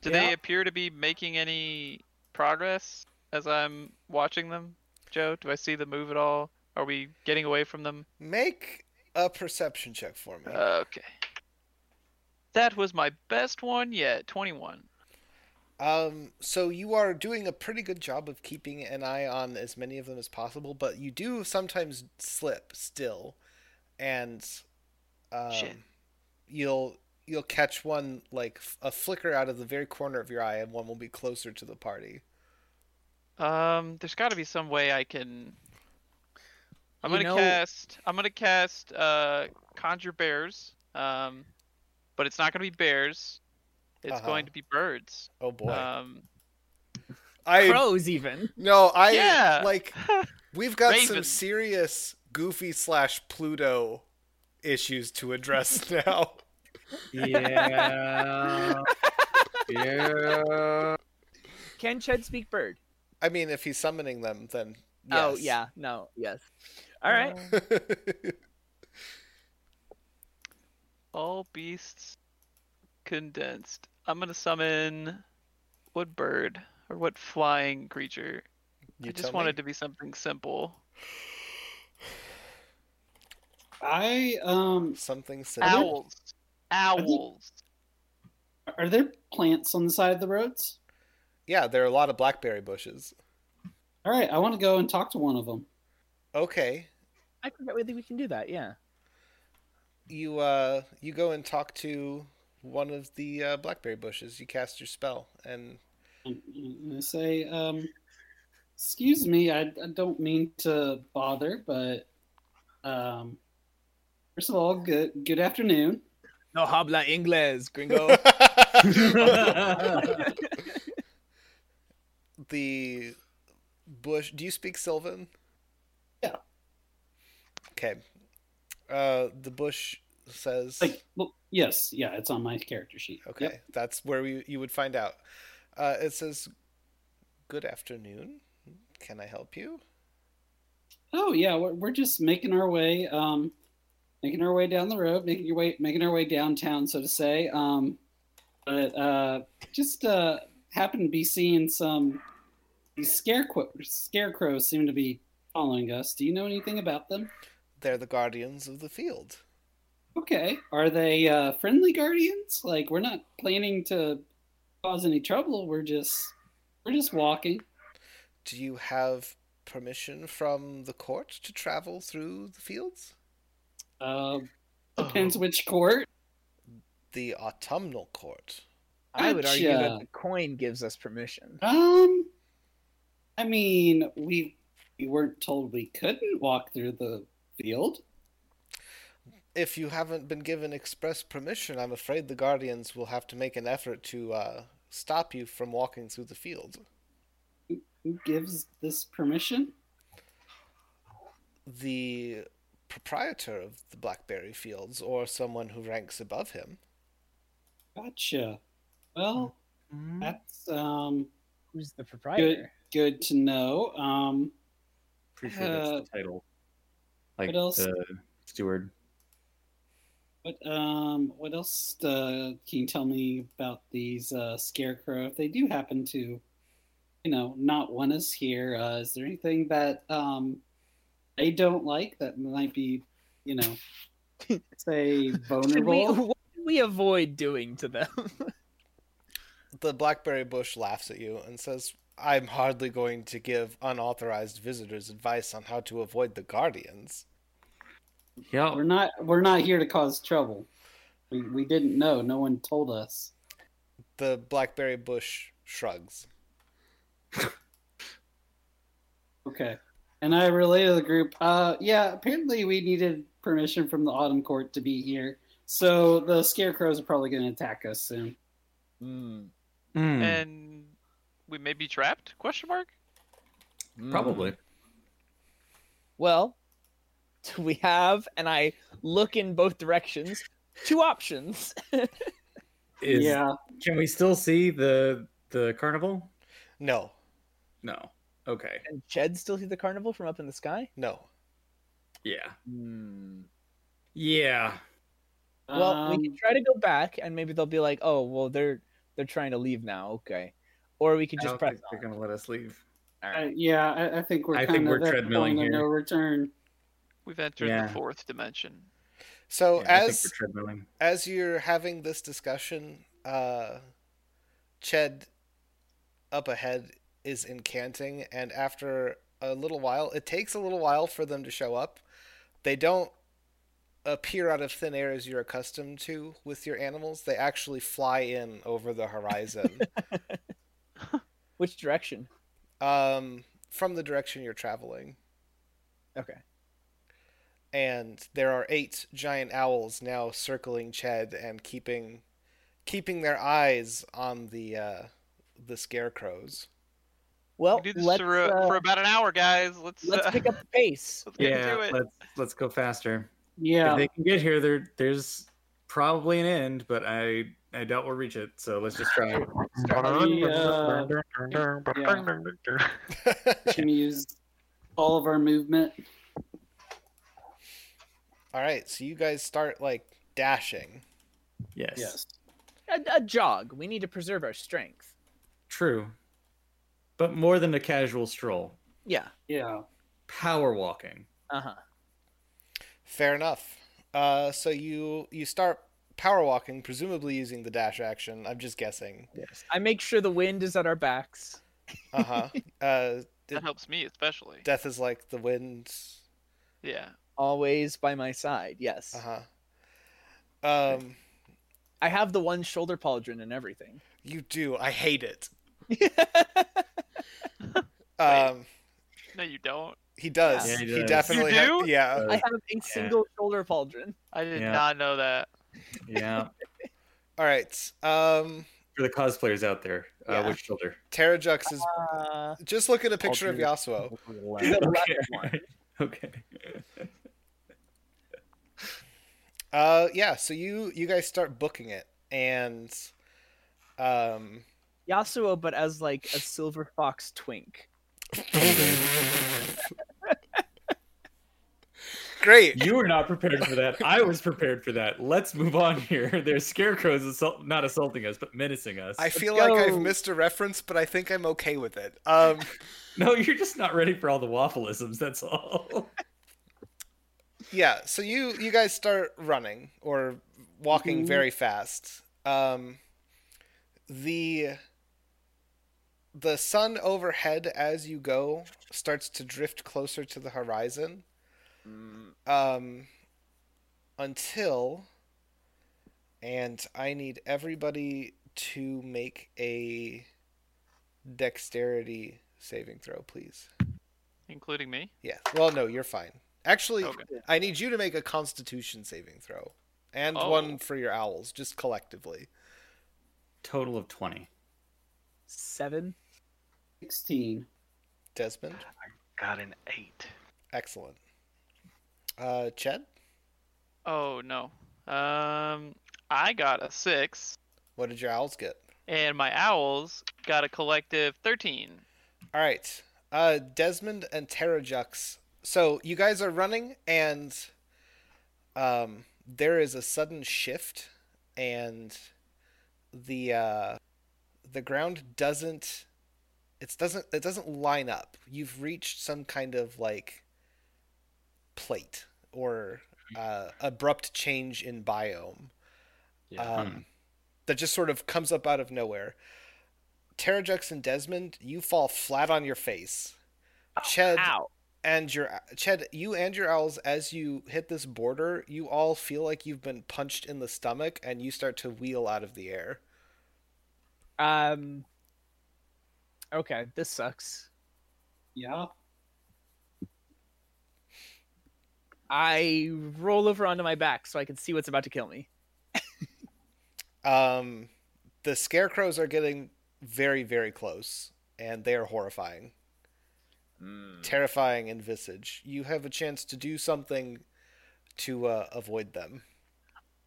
Do
Yeah.
they appear to be making any progress as I'm watching them, Joe? Do I see them move at all? Are we getting away from them? Uh,
Make a perception check for me.
Okay. That was my best one yet. 21.
Um, so you are doing a pretty good job of keeping an eye on as many of them as possible, but you do sometimes slip still, and um,
Shit.
you'll you'll catch one like f- a flicker out of the very corner of your eye, and one will be closer to the party.
Um, there's got to be some way I can. I'm
You
gonna
know-
cast. I'm gonna cast. Uh, conjure bears. Um, but it's not gonna be bears. It's
Uh-huh.
going to be birds.
Oh boy!
Um,
I
Crows, even.
no, I
Yeah.
like we've got some
Raven.
serious Goofy slash Pluto issues to address now.
Yeah. yeah.
Can Chad speak bird?
I mean, if he's summoning them, then
Oh,
yes.
yeah. No, yes. All right.
all beasts condensed. I'm gonna summon. What bird or what flying creature?
You
I just
tell
wanted
me.
to be something simple.
I um
something simple.
Owls. Owls.
are there plants on the side of the roads?
Yeah, there are a lot of blackberry bushes.
All right, I want to go and talk to one of them.
Okay,
I forget whether we can do that. Yeah.
you uh, you go and talk to one of the uh, blackberry bushes. You cast your spell, and
And- and I say, um, "Excuse me, I, I don't mean to bother, but um, first of all, good good afternoon.
No habla inglés, gringo.
the bush. Do you speak Sylvan?
Yeah.
Okay. Uh, the bush says.
Like, well, yes, yeah, it's on my character sheet. Yep.
Okay, that's where we, you would find out. Uh, it says, "Good afternoon. Can I help you?"
Oh yeah, we're, we're just making our way, um, making our way down the road, making your way, making our way downtown, so to say. Um, but uh, just uh, happen to be seeing some these scarecrow, scarecrows seem to be following us. Do you know anything about them?
They're the guardians of the field.
Okay, are they uh, friendly guardians? Like we're not planning to cause any trouble. We're just we're just walking.
Do you have permission from the court to travel through the fields?
Uh, depends which court.
The autumnal court.
I would argue that
Gotcha.
the coin gives us permission.
Um, I mean, we we weren't told we couldn't walk through the field.
If you haven't been given express permission, I'm afraid the guardians will have to make an effort to uh, stop you from walking through the field.
Who gives this permission?
The proprietor of the Blackberry Fields or someone who ranks above him.
Gotcha. Well, that's um
Who's the proprietor?
good to know. Um,
Pretty sure that's
Uh,
the title. Like
what else?
the steward.
what um what else uh, can you tell me about these uh, scarecrow? If they do happen to, you know, not want us here, uh, is there anything that um they don't like that might be, you know, say
Should we,
vulnerable?
what should we avoid doing to them?
The blackberry bush laughs at you and says, I'm hardly going to give unauthorized visitors advice on how to avoid the guardians.
Yeah.
We're not we're not here to cause trouble. We we didn't know. No one told us.
The blackberry bush shrugs.
Okay. And I relay to the group, uh yeah, apparently we needed permission from the autumn court to be here. So the scarecrows are probably gonna attack us soon.
Mm,
Hmm. Uh,
And we may be trapped? Question mark.
mm.
Probably.
Well, do we have? And I look in both directions. Two options.
Is,
yeah.
Can we still see the the carnival?
No,
No. Okay.
Can Jed still see the carnival from up in the sky?
no.
Yeah. Hmm. Yeah.
Well,
Um,
we can try to go back, and maybe they'll be like, "Oh, well, they're they're trying to leave now." Okay, or we can
I
just
don't
press.
think they're gonna let us leave.
I- yeah, I, I think we're
I think
kind
we're
of at the point
treadmilling
of no
here.
return.
We've entered
Yeah.
the fourth dimension.
So
Yeah, I
as
think we're treadmilling.
as you're having this discussion, uh, Ched up ahead is incanting, and after a little while, it takes a little while for them to show up. They don't appear out of thin air as you're accustomed to with your animals. They actually fly in over the horizon
Which direction?
um, from the direction you're traveling.
Okay.
And there are eight giant owls now circling Ched and keeping keeping their eyes on the uh, the scarecrows.
Well,
we do this
let's
for, a-
uh,
for about an hour, guys. Let's
let's
uh,
pick up the pace.
let's get
Yeah.
to it.
Let's let's go faster. If
Yeah.
they can get here, there there's probably an end, but I I doubt we'll reach it. So let's just try. uh,
The, Can we use all of our movement?
All right, so you guys start like dashing.
yes.
A, a jog. We need to preserve our strength.
True. But more than a casual stroll.
Yeah.
Yeah.
Power walking.
Uh huh.
Fair enough. Uh, so you you start power walking, presumably using the dash action. I'm just guessing.
Yes. I make sure the wind is at our backs.
Uh-huh. uh
That helps me especially.
Death is like the wind.
Yeah.
Always by my side. Yes.
Uh huh. Um,
I have the one shoulder pauldron and everything.
you do. I hate it.
Wait.
Um,
No, you don't.
he does.
Yeah, he
he,
does.
definitely.
You
ha-
do?
yeah.
I have a single shoulder pauldron.
I did
Yeah.
not know that.
Yeah.
All right. Um,
For the cosplayers out there, uh,
Yeah.
which shoulder?
Terrajux is
Uh,
just look at a picture of Yasuo.
the left
Okay.
one.
Okay.
Uh, yeah. So you you guys start booking it, and um,
Yasuo, but as like a silver fox twink.
great.
You were not prepared for that. I was prepared for that. Let's move on here. There's scarecrows assault- not assaulting us, but menacing us.
I feel like I've
go.
missed a reference, but I think I'm okay with it. Um,
No, you're just not ready for all the waffleisms. That's all.
yeah. So you you guys start running or walking
Mhm.
very fast. Um, the the sun overhead as you go starts to drift closer to the horizon.
mm.
Um, until, and I need everybody to make a dexterity saving throw, please.
Including me.
Yeah. Well, no, you're fine. Actually,
Okay.
I need you to make a constitution saving throw and
Oh.
one for your owls, just collectively.
Total of twenty.
Seven.
16.
Desmond,
Got an eight.
excellent. Uh, Ched,
Oh no. Um, I got a six,
what did your owls get?
and my owls got a collective thirteen.
All right. Uh, Desmond and Terrajux. So you guys are running, and um, there is a sudden shift, and the uh, the ground doesn't it doesn't it doesn't line up. You've reached some kind of like plate or uh, abrupt change in biome um, that just sort of comes up out of nowhere. Terrajux and Desmond, you fall flat on your face. Ched
Ow.
and your Ched, you and your owls, as you hit this border, you all feel like you've been punched in the stomach, and you start to wheel out of the air.
Um. Okay, this sucks.
Yeah.
I roll over onto my back so I can see what's about to kill me.
Um, the scarecrows are getting very, very close, and they are horrifying.
Hmm.
Mm.
terrifying in visage. You have a chance to do something to uh, avoid them.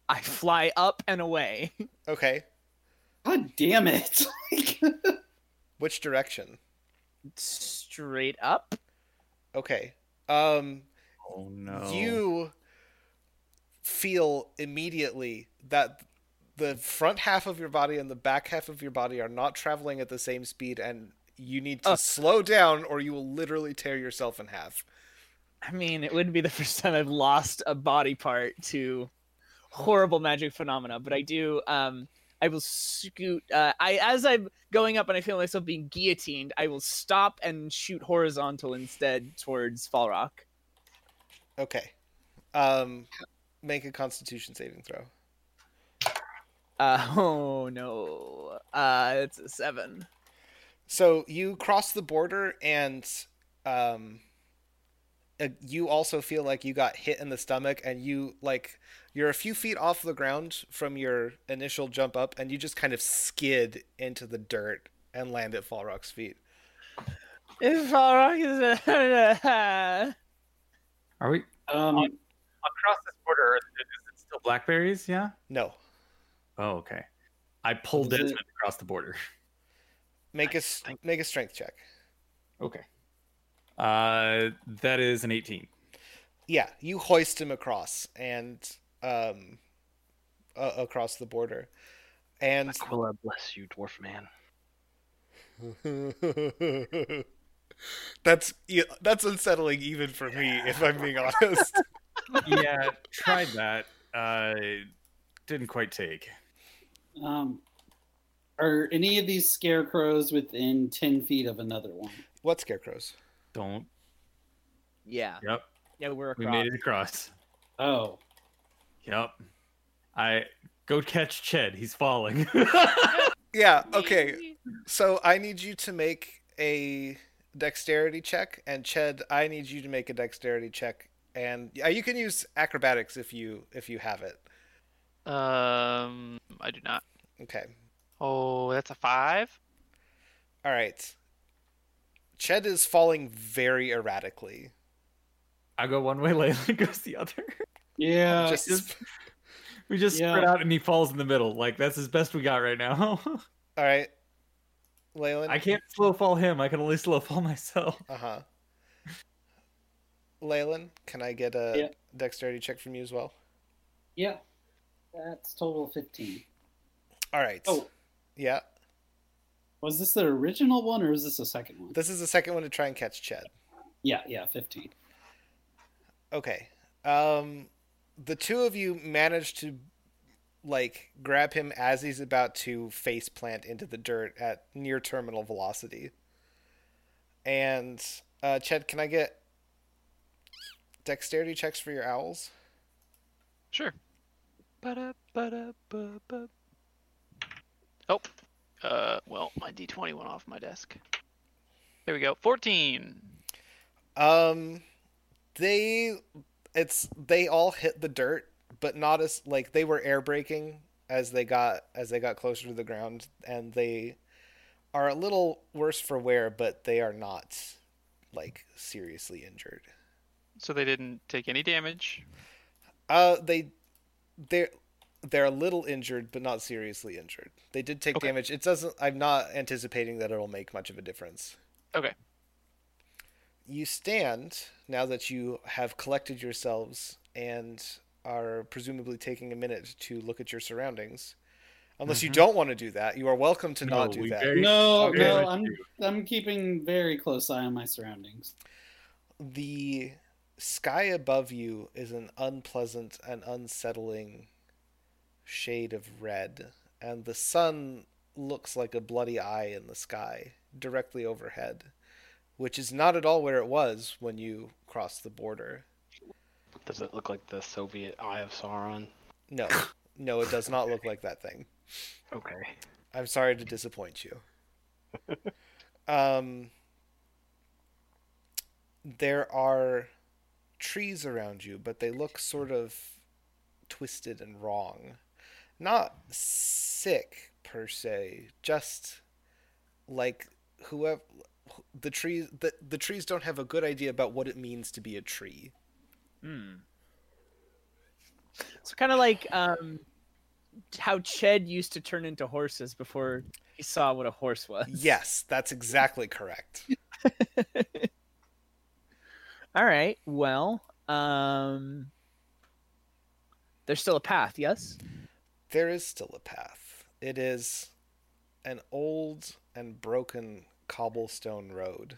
I fly up and away.
Okay,
God damn it!
which direction?
Straight up.
Okay. Um,
Oh no.
you feel immediately that the front half of your body and the back half of your body are not traveling at the same speed and you need to
Oh.
slow down or you will literally tear yourself in half.
I mean, it wouldn't be the first time I've lost a body part to horrible magic phenomena, but I do. Um, I will scoot. Uh, I as I'm going up and I feel myself being guillotined, I will stop and shoot horizontal instead towards Fall Rock.
Okay. Um make a constitution saving throw.
Uh, oh no! Uh, it's a seven.
So you cross the border and um uh, you also feel like you got hit in the stomach and you like you're a few feet off the ground from your initial jump up and you just kind of skid into the dirt and land at Fall Rock's feet.
If Fall Rock is a
Are we
Um,
across this border? Is it still blackberries? Yeah.
No.
Oh, okay. I pulled
Is
Desmond
it-
across the border.
Make a s- make a strength check.
Okay. Uh, that is an 18.
Yeah, you hoist him across and um uh, across the border. And
Aquila, uh, bless you, dwarf man.
that's yeah, that's unsettling even for me if I'm being honest.
Yeah, tried that. Uh, didn't quite take.
um, are any of these scarecrows within ten feet of another one?
What scarecrows?
Don't.
yeah,
Yep.
yeah, we're
We
across.
made it across.
Oh,
Yep. I go catch Ched. He's falling.
Yeah, okay. So I need you to make a dexterity check and Ched, I need you to make a dexterity check and yeah, you can use acrobatics if you if you have it.
Um, I do not.
Okay.
Oh, that's a five.
All right. Ched is falling very erratically.
I go one way, Layla goes the other.
yeah.
Just
just- We just
Yeah.
spread out and he falls in the middle. Like, that's as best we got right now.
All right. Leyland.
I can't slow fall him. I can only slow fall myself.
Uh-huh. Leyland, can I get a
Yeah.
dexterity check from you as well?
Yeah, that's total fifteen.
All right.
Oh.
Yeah.
Was this the original one or is this the second one?
This is the second one to try and catch Ched.
Yeah, yeah, fifteen.
Okay. Um, the two of you manage to like grab him as he's about to face plant into the dirt at near terminal velocity. And uh, Ched, can I get dexterity checks for your owls?
Sure. Ba-da, ba-da, ba-ba. Oh, uh, well, my D20 went off my desk. There we go. 14.
Um, they it's they all hit the dirt, but not as like they were air braking as they got as they got closer to the ground, and they are a little worse for wear, but they are not like seriously injured.
So they didn't take any damage.
Uh, they they're they're a little injured, but not seriously injured. They did take
Okay.
damage. It doesn't. I'm not anticipating that it'll make much of a difference.
Okay.
You stand now that you have collected yourselves and are presumably taking a minute to look at your surroundings. Unless you
Mhm.
don't want to do that, you are welcome to not
No,
do
we
that.
very-
No,
Okay.
no, I'm I'm keeping very close eye on my surroundings.
the sky above you is an unpleasant and unsettling shade of red, and the sun looks like a bloody eye in the sky directly overhead, which is not at all where it was when you crossed the border.
Does it look like the Soviet Eye of Sauron?
No, no, it does not look like that thing.
Okay.
I'm sorry to disappoint you. um, there are trees around you, but they look sort of twisted and wrong. Not sick per se, just like whoever, the trees the, the trees don't have a good idea about what it means to be a tree.
Hmm. So kind of like um, how Ched used to turn into horses before he saw what a horse was.
Yes, that's exactly correct.
All right. Well, um, there's still a path. Yes.
There is still a path. It is an old and broken cobblestone road.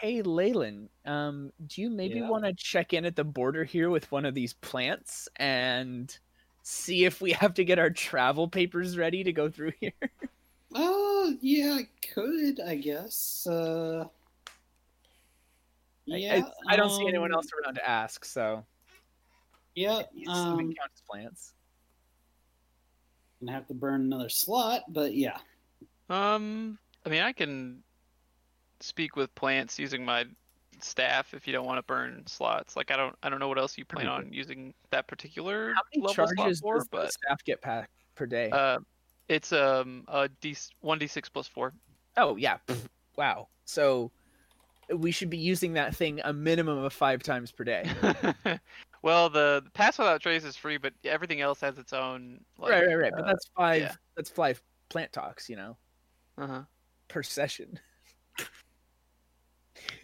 Hey, Leyland. Um, do you maybe
Yeah.
want to check in at the border here with one of these plants and see if we have to get our travel papers ready to go through here?
Oh, yeah, I could, I guess. Uh, yeah,
It's- I don't see anyone
um,
else around to ask, so
Yeah,
it's
um,
count as plants.
gonna have to burn another slot, but yeah.
Um, I mean, I can speak with plants using my staff if you don't want to burn slots. Like, I don't, I don't know what else you plan on using that particular
How many
level
charges
slot for,
does the
but
staff get pa- per day?
uh, it's um a d one d six plus four.
oh yeah, pff, wow. So we should be using that thing a minimum of five times per day.
well, the, the pass without trace is free, but everything else has its own. Like, uh,
right, right, right. But that's five.
yeah.
That's five plant talks, you know,
Uh-huh.
per session.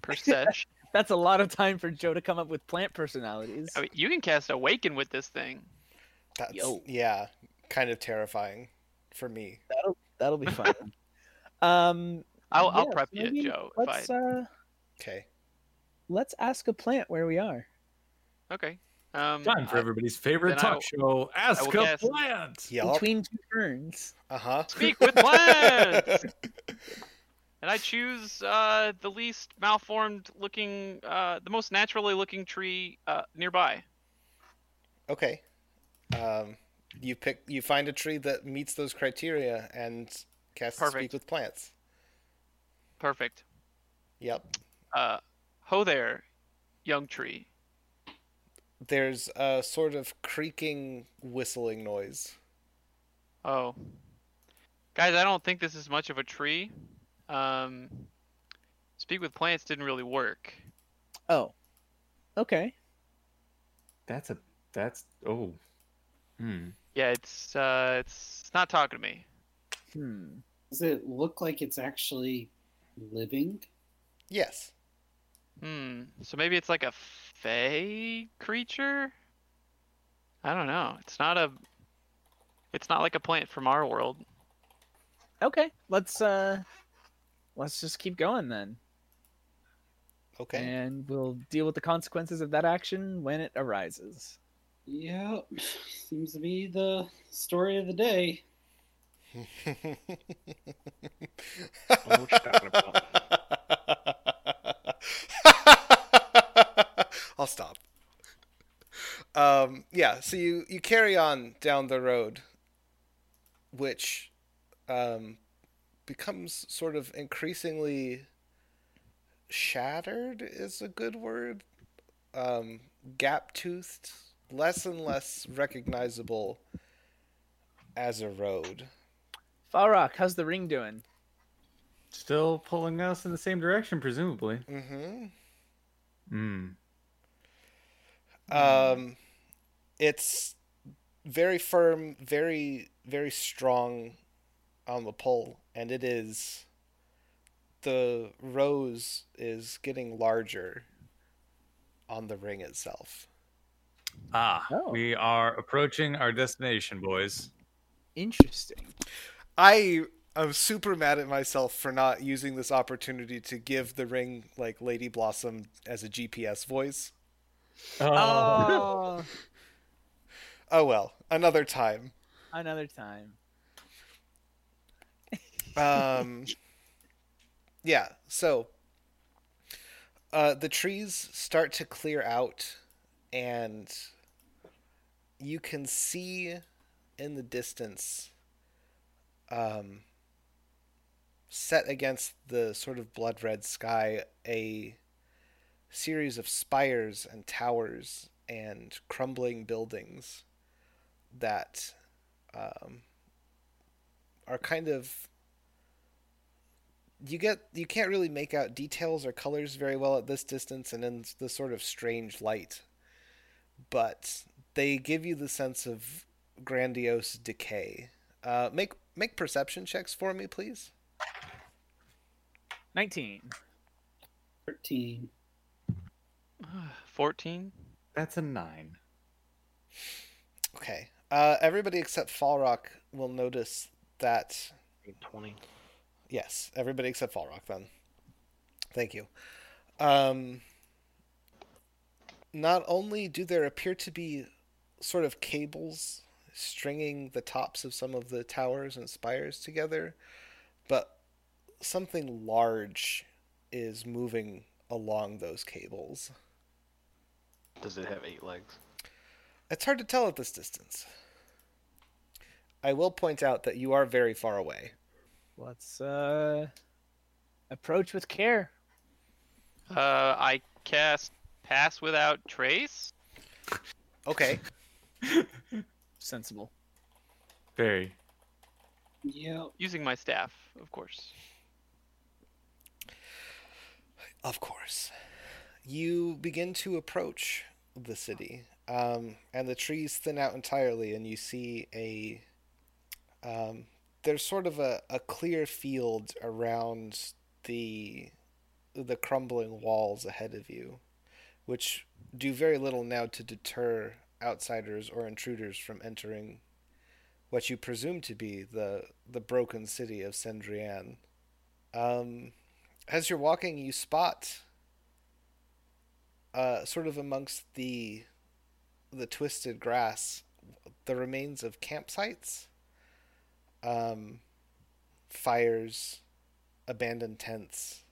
Per sesh.
That's a lot of time for Joe to come up with plant personalities.
I mean, you can cast awaken with this thing.
That's
Yo.
yeah, kind of terrifying for me.
That'll be fun. um,
I'll, I'll
yes,
prep
maybe
you, Joe. If I...
Let's uh,
Okay.
let's ask a plant where we are. uh,
Okay. Um,
Time for
I-
everybody's favorite
then I
talk
will-
show, Ask a
will guess.
Plant.
Yup.
Between two turns.
Uh huh.
speak with plants. and I choose uh, the least malformed looking, uh, the most naturally looking tree uh, nearby.
Okay. Um, you pick. You find a tree that meets those criteria and cast speak
Perfect.
with plants.
Perfect.
Yep.
Uh, ho there, young tree.
There's a sort of creaking, whistling noise.
Oh, guys, I don't think this is much of a tree. Um, speak with plants didn't really work.
Oh, okay.
That's a that's oh. Hmm.
Yeah, it's uh, it's not talking to me.
Hmm.
Does it look like it's actually living?
Yes.
Hmm. So maybe it's like a fey creature? I don't know. It's not a it's not like a plant from our world.
Okay. Let's uh, let's just keep going then,
Okay.
and we'll deal with the consequences of that action when it arises.
Yep, seems to be the story of the day.
I'll stop. Um, yeah, so you, you carry on down the road, which um, becomes sort of increasingly shattered, is a good word. Um, Gap toothed, less and less recognizable as a road.
Falrock, how's the ring doing?
Still pulling us in the same direction, presumably.
Mm-hmm.
Hmm.
Um, it's very firm, very very strong on the pole, and it is. The rose is getting larger on the ring itself.
Ah,
Oh.
we are approaching our destination, boys.
Interesting.
I am super mad at myself for not using this opportunity to give the ring like Lady Blossom as a GPS voice.
Oh,
Oh well, another time.
another time.
Um, yeah, so uh, the trees start to clear out, and you can see in the distance, um, set against the sort of blood red sky, a series of spires and towers and crumbling buildings that um, are kind of you get you can't really make out details or colors very well at this distance and in the sort of strange light but they give you the sense of grandiose decay uh, make make perception checks for me please
19.
13.
14?
That's a nine.
okay uh, everybody except fallrock will notice that
Twenty.
Yes, everybody except Fall Rock then. Thank you. Um, not only do there appear to be sort of cables stringing the tops of some of the towers and spires together, but something large is moving along those cables.
Does it have eight legs?
It's hard to tell at this distance. I will point out that you are very far away.
Let's uh approach with care.
Uh, I cast Pass Without Trace.
Okay.
Sensible.
Very.
Yep.
Using my staff, of course.
Of course. You begin to approach the city, um, and the trees thin out entirely, and you see a. Um, there's sort of a, a clear field around the the crumbling walls ahead of you, which do very little now to deter outsiders or intruders from entering what you presume to be the the broken city of Sendrian. Um, as you're walking, you spot uh, sort of amongst the the twisted grass the remains of campsites, um, fires, abandoned tents,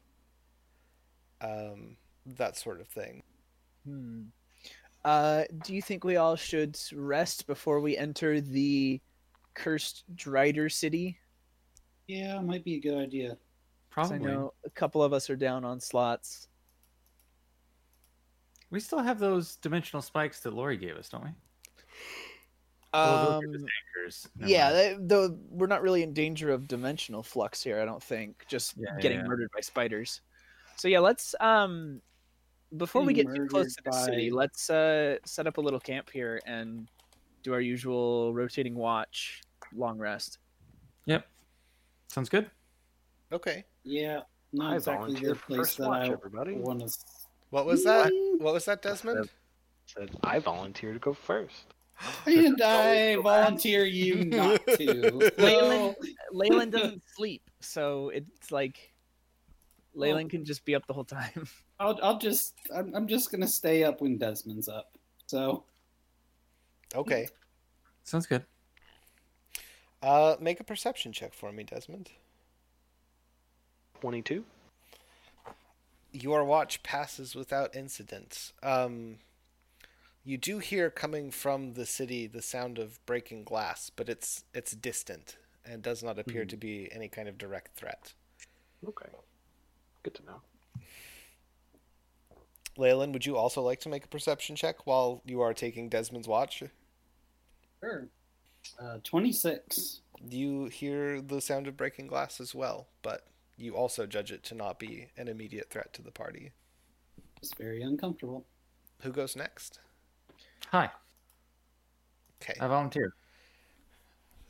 um, that sort of thing.
Hmm. Uh do you think we all should rest before we enter the cursed Drider city?
Yeah, might be a good idea.
'Cause
Probably.
I know a couple of us are down on slots.
We still have those dimensional spikes that Lori gave us, don't we?
Um
Well, those are just anchors. Never
yeah,
mind.
they, though we're not really in danger of dimensional flux here, I don't think. Just
Yeah,
getting
yeah.
murdered by spiders. So yeah, let's um before we get
Getting
too close to
murdered
the city,
by-
let's uh set up a little camp here and do our usual rotating watch, long rest.
Sounds good.
Okay.
Yeah, not
I
exactly
volunteer
the
for
place
first
that
watch,
I
everybody.
want to.
What was that? What was that, Desmond?
Said I volunteer to go first.
And I volunteer you not to.
Leyland,
Well,
Leyland doesn't sleep, so it's like Leyland can just be up the whole time.
I'll, I'll just, I'm, I'm just gonna stay up when Desmond's up. So
Okay.
Sounds good.
Uh, make a perception check for me, Desmond.
Twenty-two.
your watch passes without incident. Um, you do hear coming from the city the sound of breaking glass, but it's it's distant and does not appear to be any kind of direct threat.
Okay. Good to know.
Leyland, would you also like to make a perception check while you are taking Desmond's watch?
sure. Uh, 26.
You hear the sound of breaking glass as well, but you also judge it to not be an immediate threat to the party.
It's very uncomfortable.
Who goes next?
Hi,
Okay.
I volunteer.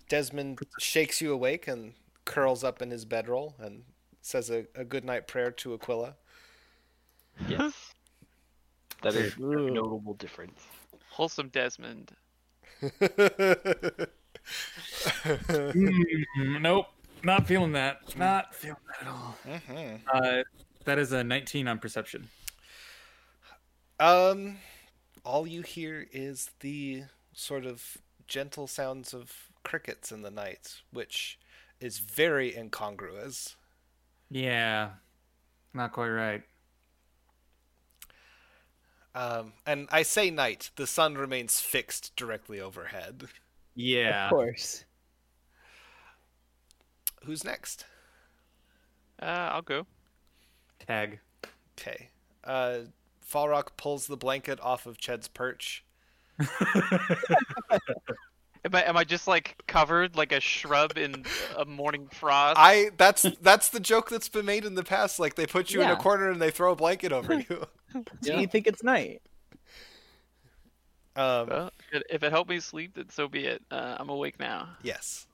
Desmond shakes you awake and curls up in his bedroll and says a, a good night prayer to Aquila.
Yes.
That is a
Ooh.
notable difference.
Wholesome Desmond.
Mm-hmm. nope, not feeling that. Not feeling that at all.
Mhm.
Uh, that is a 19 on perception.
Um, all you hear is the sort of gentle sounds of crickets in the night, which is very incongruous.
Yeah, not quite right.
Um, and I say night, the sun remains fixed directly overhead.
Yeah.
Of course.
Who's next?
Uh, I'll go.
Tag.
Okay. Uh, Falrock pulls the blanket off of Ched's perch
Am I, am I just like covered like a shrub in a morning frost?
I that's that's the joke that's been made in the past. Like they put you in
Yeah.
a corner and they throw a blanket over you.
So
Yeah.
you think it's night?
Um,
Well, if it- if it helped me sleep, then so be it. Uh, I'm awake now.
yes,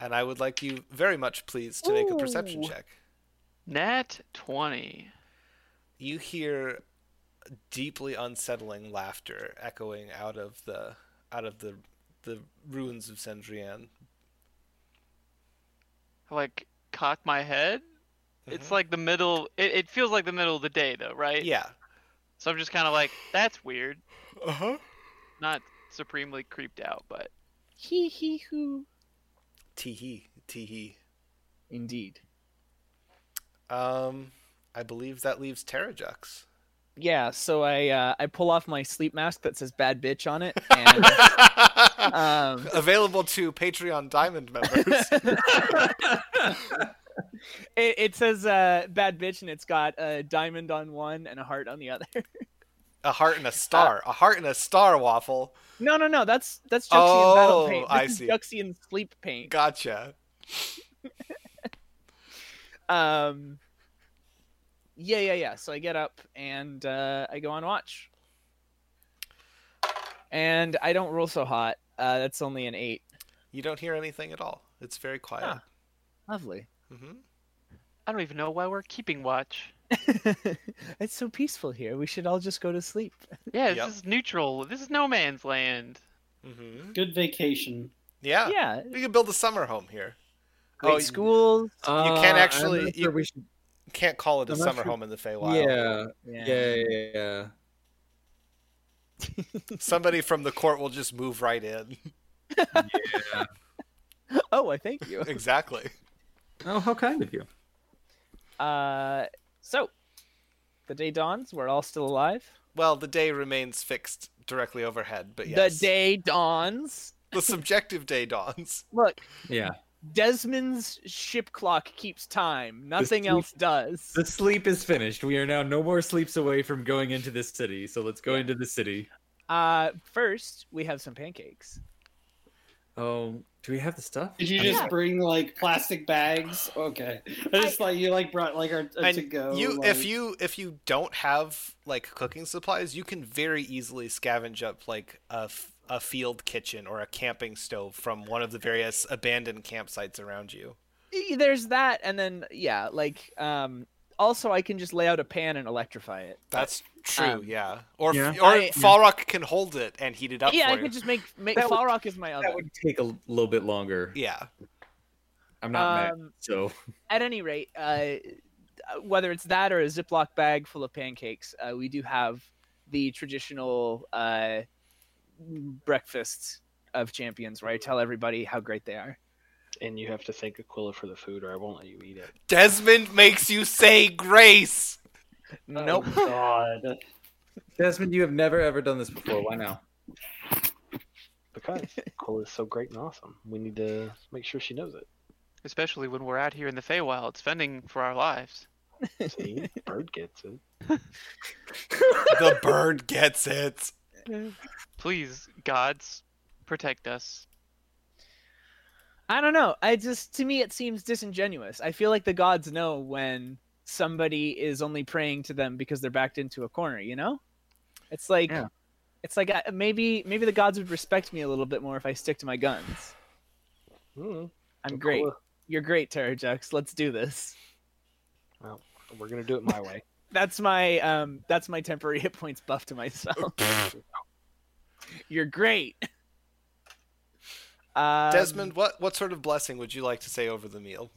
and I would like you very much, please, to make a perception
Ooh.
check.
Nat 20.
You hear deeply unsettling laughter echoing out of the out of the the ruins of Sandrian.
I, like cock my head.
Mm-hmm.
Mm-hmm.
It's like the middle. It, it feels like the middle of the day though, right?
Yeah.
So I'm just kind of like, that's weird.
Uh
Uh-huh.
huh.
Not supremely creeped out, but
Hee hee hoo.
Tee hee, tee hee.
Indeed.
Um, I believe that leaves Terrajux.
Yeah. So I uh, I pull off my sleep mask that says "bad bitch" on it, and um,
Available to Patreon Diamond members.
it, it says uh, "bad bitch" and it's got a diamond on one and a heart on the other.
a heart and a star. a heart and a star waffle.
no, no, no. That's that's Juxie in battle
Oh,
paint. This
I
is
see.
Juxie in sleep paint.
Gotcha.
Um. Yeah, yeah, yeah. So I get up and uh, I go on watch, and I don't roll so hot. Uh, that's only an eight.
You don't hear anything at all. It's very quiet.
Huh. Lovely.
hmm
I don't even know why we're keeping watch.
it's so peaceful here. We should all just go to sleep.
Yeah, this
Yep.
is neutral. This is no man's land.
hmm
Good vacation.
Yeah.
yeah,
We could build a summer home here.
great
oh,
schools.
Uh,
can't
I'm
actually-
not
you-
sure we should-
Can't call it a
I'm not
summer
sure-
home in the Feywild.
yeah,
Yeah.
yeah, yeah, yeah, yeah.
Somebody from the court will just move right in.
Oh, I thank you.
exactly.
Oh, how kind of you.
uh, so the day dawns. We're all still alive.
Well, the day remains fixed directly overhead, but yes.
The day dawns.
The subjective day dawns.
Look,
Yeah.
Desmond's ship clock keeps time. Nothing
sleep-
else does.
The sleep is finished. We are now no more sleeps away from going into this city. So let's go into the city.
Uh, first we have some pancakes.
Oh, do we have the stuff?
Did you just bring like plastic bags? Okay, I just like you like brought like our
uh,
to
And
go.
you
like-
if you if you don't have like cooking supplies, you can very easily scavenge up like a, f- a field kitchen or a camping stove from one of the various abandoned campsites around you.
Y- E, There's that, and then yeah, like um. Also, I can just lay out a pan and electrify it.
That's true,
Um,
yeah. Or f-
Yeah.
or
I-
Falrock can hold it and heat it up
yeah,
for
I
you.
could just make make
That would-
Fall Rock is my oven.
That would take a little bit longer.
Yeah.
I'm not mad.
Um,
So
At any rate, uh, whether it's that or a Ziploc bag full of pancakes, uh, we do have the traditional uh, breakfast of champions, where I tell everybody how great they are.
And you have to thank Aquila for the food, or I won't let you eat it.
Desmond makes you say grace.
Nope.
Oh, God.
Desmond, you have never ever done this before. Why now?
Because Aquila is so great and awesome. We need to make sure she knows it.
Especially when we're out here in the Feywild, spending for our lives.
See, Bird gets it.
the bird gets it.
Please, gods, protect us.
I don't know. I just to me it seems disingenuous. I feel like the gods know when somebody is only praying to them because they're backed into a corner, you know? It's like
Yeah.
it's like I, maybe maybe the gods would respect me a little bit more if I stick to my guns.
Mm,
I'm great.
Aquila,
You're great, Terrajux. Let's do this.
We're gonna do it my way.
That's my um that's my temporary hit points buff to myself. You're great. Um,
Desmond, what what sort of blessing would you like to say over the meal?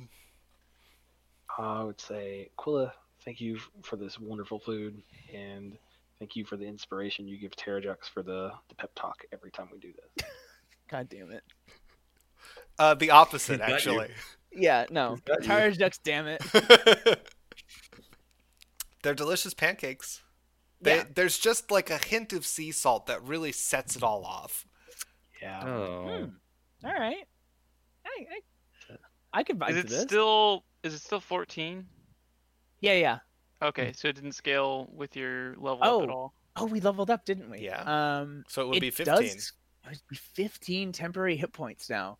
I would say, Aquila, thank you f- for this wonderful food, and thank you for the inspiration you give Terrajux for the, the pep talk every time we do this.
God damn it.
Uh, the opposite,
Got you.
actually.
Yeah, no. Terrajux, damn it.
They're delicious pancakes. They,
Yeah.
There's just like a hint of sea salt that really sets it all off.
Yeah.
Hmm.
Oh,
All right. I, I, I can buy
Is
to
it
this.
still? Is it still 14?
Yeah, yeah.
Okay, so it didn't scale with your level up at
Oh.
all.
Oh, we leveled up, didn't we?
Yeah.
Um,
So it would
it
be 15.
Does, must be 15 temporary hit points now.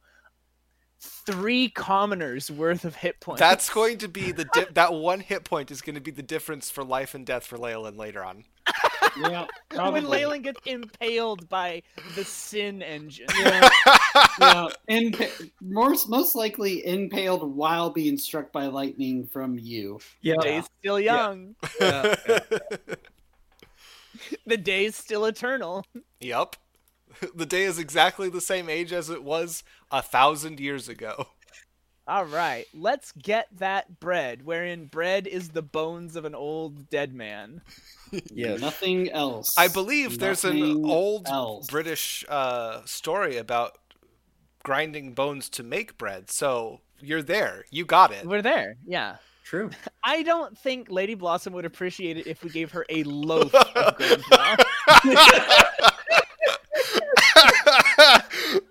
Three commoners worth of hit points.
That's going to be the di- that one hit point is going to be the difference for life and death for Leyland later on.
Yeah,
when
probably.
Leyland gets impaled by the sin engine.
Yeah, yeah. And most most likely impaled while being struck by lightning from you.
Yeah.
Day's still
Yeah.
young. The day's still eternal.
yep, the day is exactly the same age as it was a thousand years ago.
All right, let's get that bread, wherein bread is the bones of an old dead man.
yes.
Nothing else.
I believe there's an
Nothing
old
else.
British uh, story about grinding bones to make bread. So you're there. You got it.
We're there, yeah.
True.
I don't think Lady Blossom would appreciate it if we gave her a loaf of grain flour.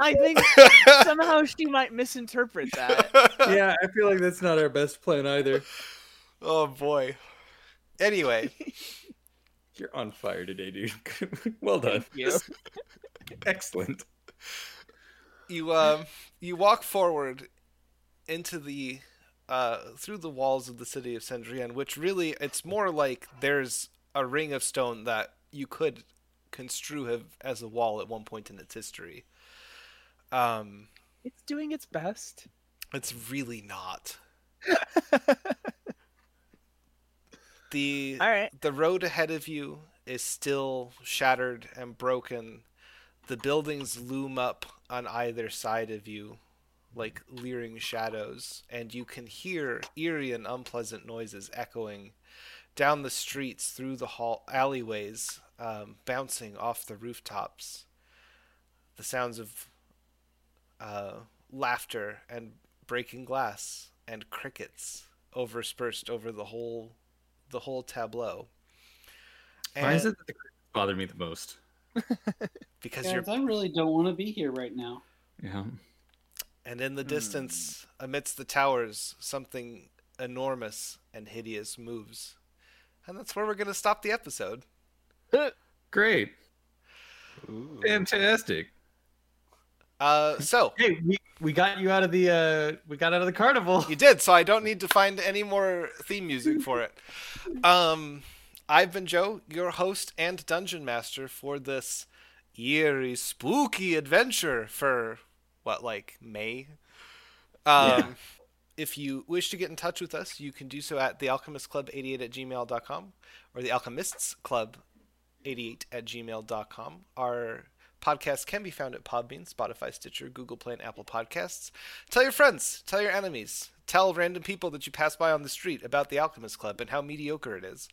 I think somehow she might misinterpret that.
Yeah, I feel like that's not our best plan either.
oh boy. Anyway,
You're on fire today, dude. well done.
You.
Excellent.
you um you walk forward into the uh through the walls of the city of Sandrian, which really it's more like there's a ring of stone that you could construe have- as a wall at one point in its history. Um
It's doing its best.
It's really not. the
All right.
the road ahead of you is still shattered and broken. The buildings loom up on either side of you like leering shadows, and you can hear eerie and unpleasant noises echoing down the streets, through the hall alleyways, um, bouncing off the rooftops. The sounds of uh, laughter and breaking glass and crickets overspersed over the whole the whole tableau.
Why is
And-
it that the crickets bother me the most?
Because you're
Guys, I really don't want to be here right now.
Yeah.
And in the distance, amidst the towers, something enormous and hideous moves. And that's where we're going to stop the episode.
Great.
Ooh.
Fantastic.
Uh, so,
Hey, we, we got you out of the uh we got out of the carnival.
you did, so I don't need to find any more theme music for it. Um, I've been Joe, your host and dungeon master for this eerie, spooky adventure for, what, like May? Um,
Yeah.
If you wish to get in touch with us, you can do so at thealchemistclub88 at gmail.com or thealchemistsclub88 at gmail.com. Our podcast can be found at Podbean, Spotify, Stitcher, Google Play, and Apple Podcasts. Tell your friends, tell your enemies, tell random people that you pass by on the street about The Alchemist Club and how mediocre it is.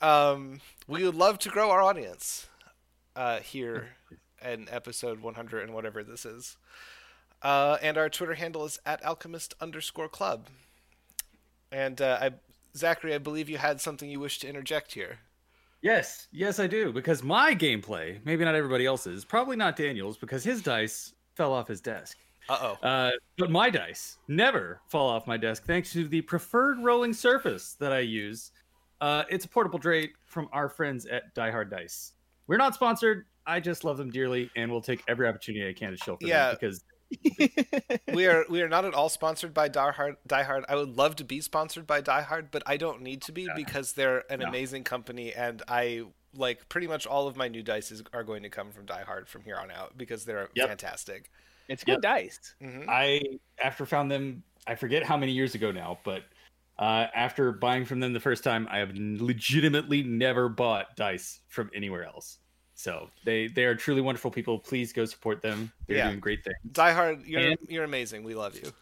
Um, we would love to grow our audience uh, here in episode 100 and whatever this is. Uh, and our Twitter handle is at alchemist underscore club. And uh, I, Zachary, I believe you had something you wish to interject here.
Yes, yes, I do. Because my gameplay, maybe not everybody else's, probably not Daniel's, because his dice fell off his desk.
Uh oh.
Uh, but my dice never fall off my desk thanks to the preferred rolling surface that I use. Uh, it's a portable trait from our friends at Die Hard Dice. We're not sponsored. I just love them dearly and will take every opportunity I can to shill for
Yeah.
them because
we are we are not at all sponsored by Die Hard. Die Hard. I would love to be sponsored by Die Hard, but I don't need to be because they're an
No.
amazing company, and I like pretty much all of my new dice is, are going to come from Die Hard from here on out because they're
Yep.
fantastic.
It's good
Yep.
dice.
hmm
I after found them, I forget how many years ago now, but uh, after buying from them the first time, I have legitimately never bought dice from anywhere else. So they they are truly wonderful people. Please go support them. They're
Yeah.
doing great things,
Die Hard, you're
And-
you're amazing. We love you.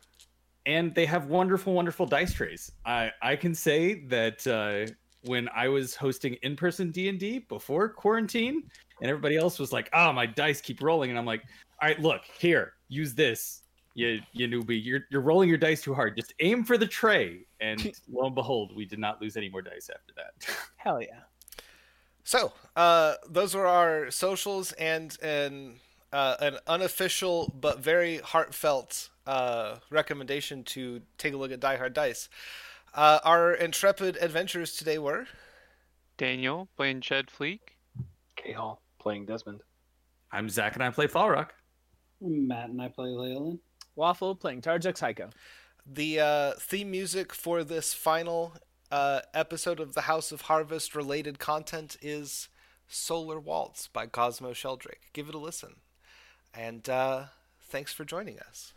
and they have wonderful, wonderful dice trays. I I can say that uh, when I was hosting in person D and D before quarantine, and everybody else was like, "Ah, my dice keep rolling," and I'm like, "All right, look here, use this, you you newbie. You're you're rolling your dice too hard. Just aim for the tray." And lo and behold, we did not lose any more dice after that.
Hell yeah.
So, uh, those were our socials and an uh, an unofficial but very heartfelt uh, recommendation to take a look at Die Hard Dice. Uh, our intrepid adventurers today were
Daniel playing Chad Fleek,
K Hall playing Desmond.
I'm Zach and I play Falrock.
Matt and I play Leyland.
Waffle playing Tarjux Psycho.
The uh, theme music for this final uh, episode of the House of Harvest related content is Solar Waltz by Cosmo Sheldrake. Give it a listen. And uh, thanks for joining us.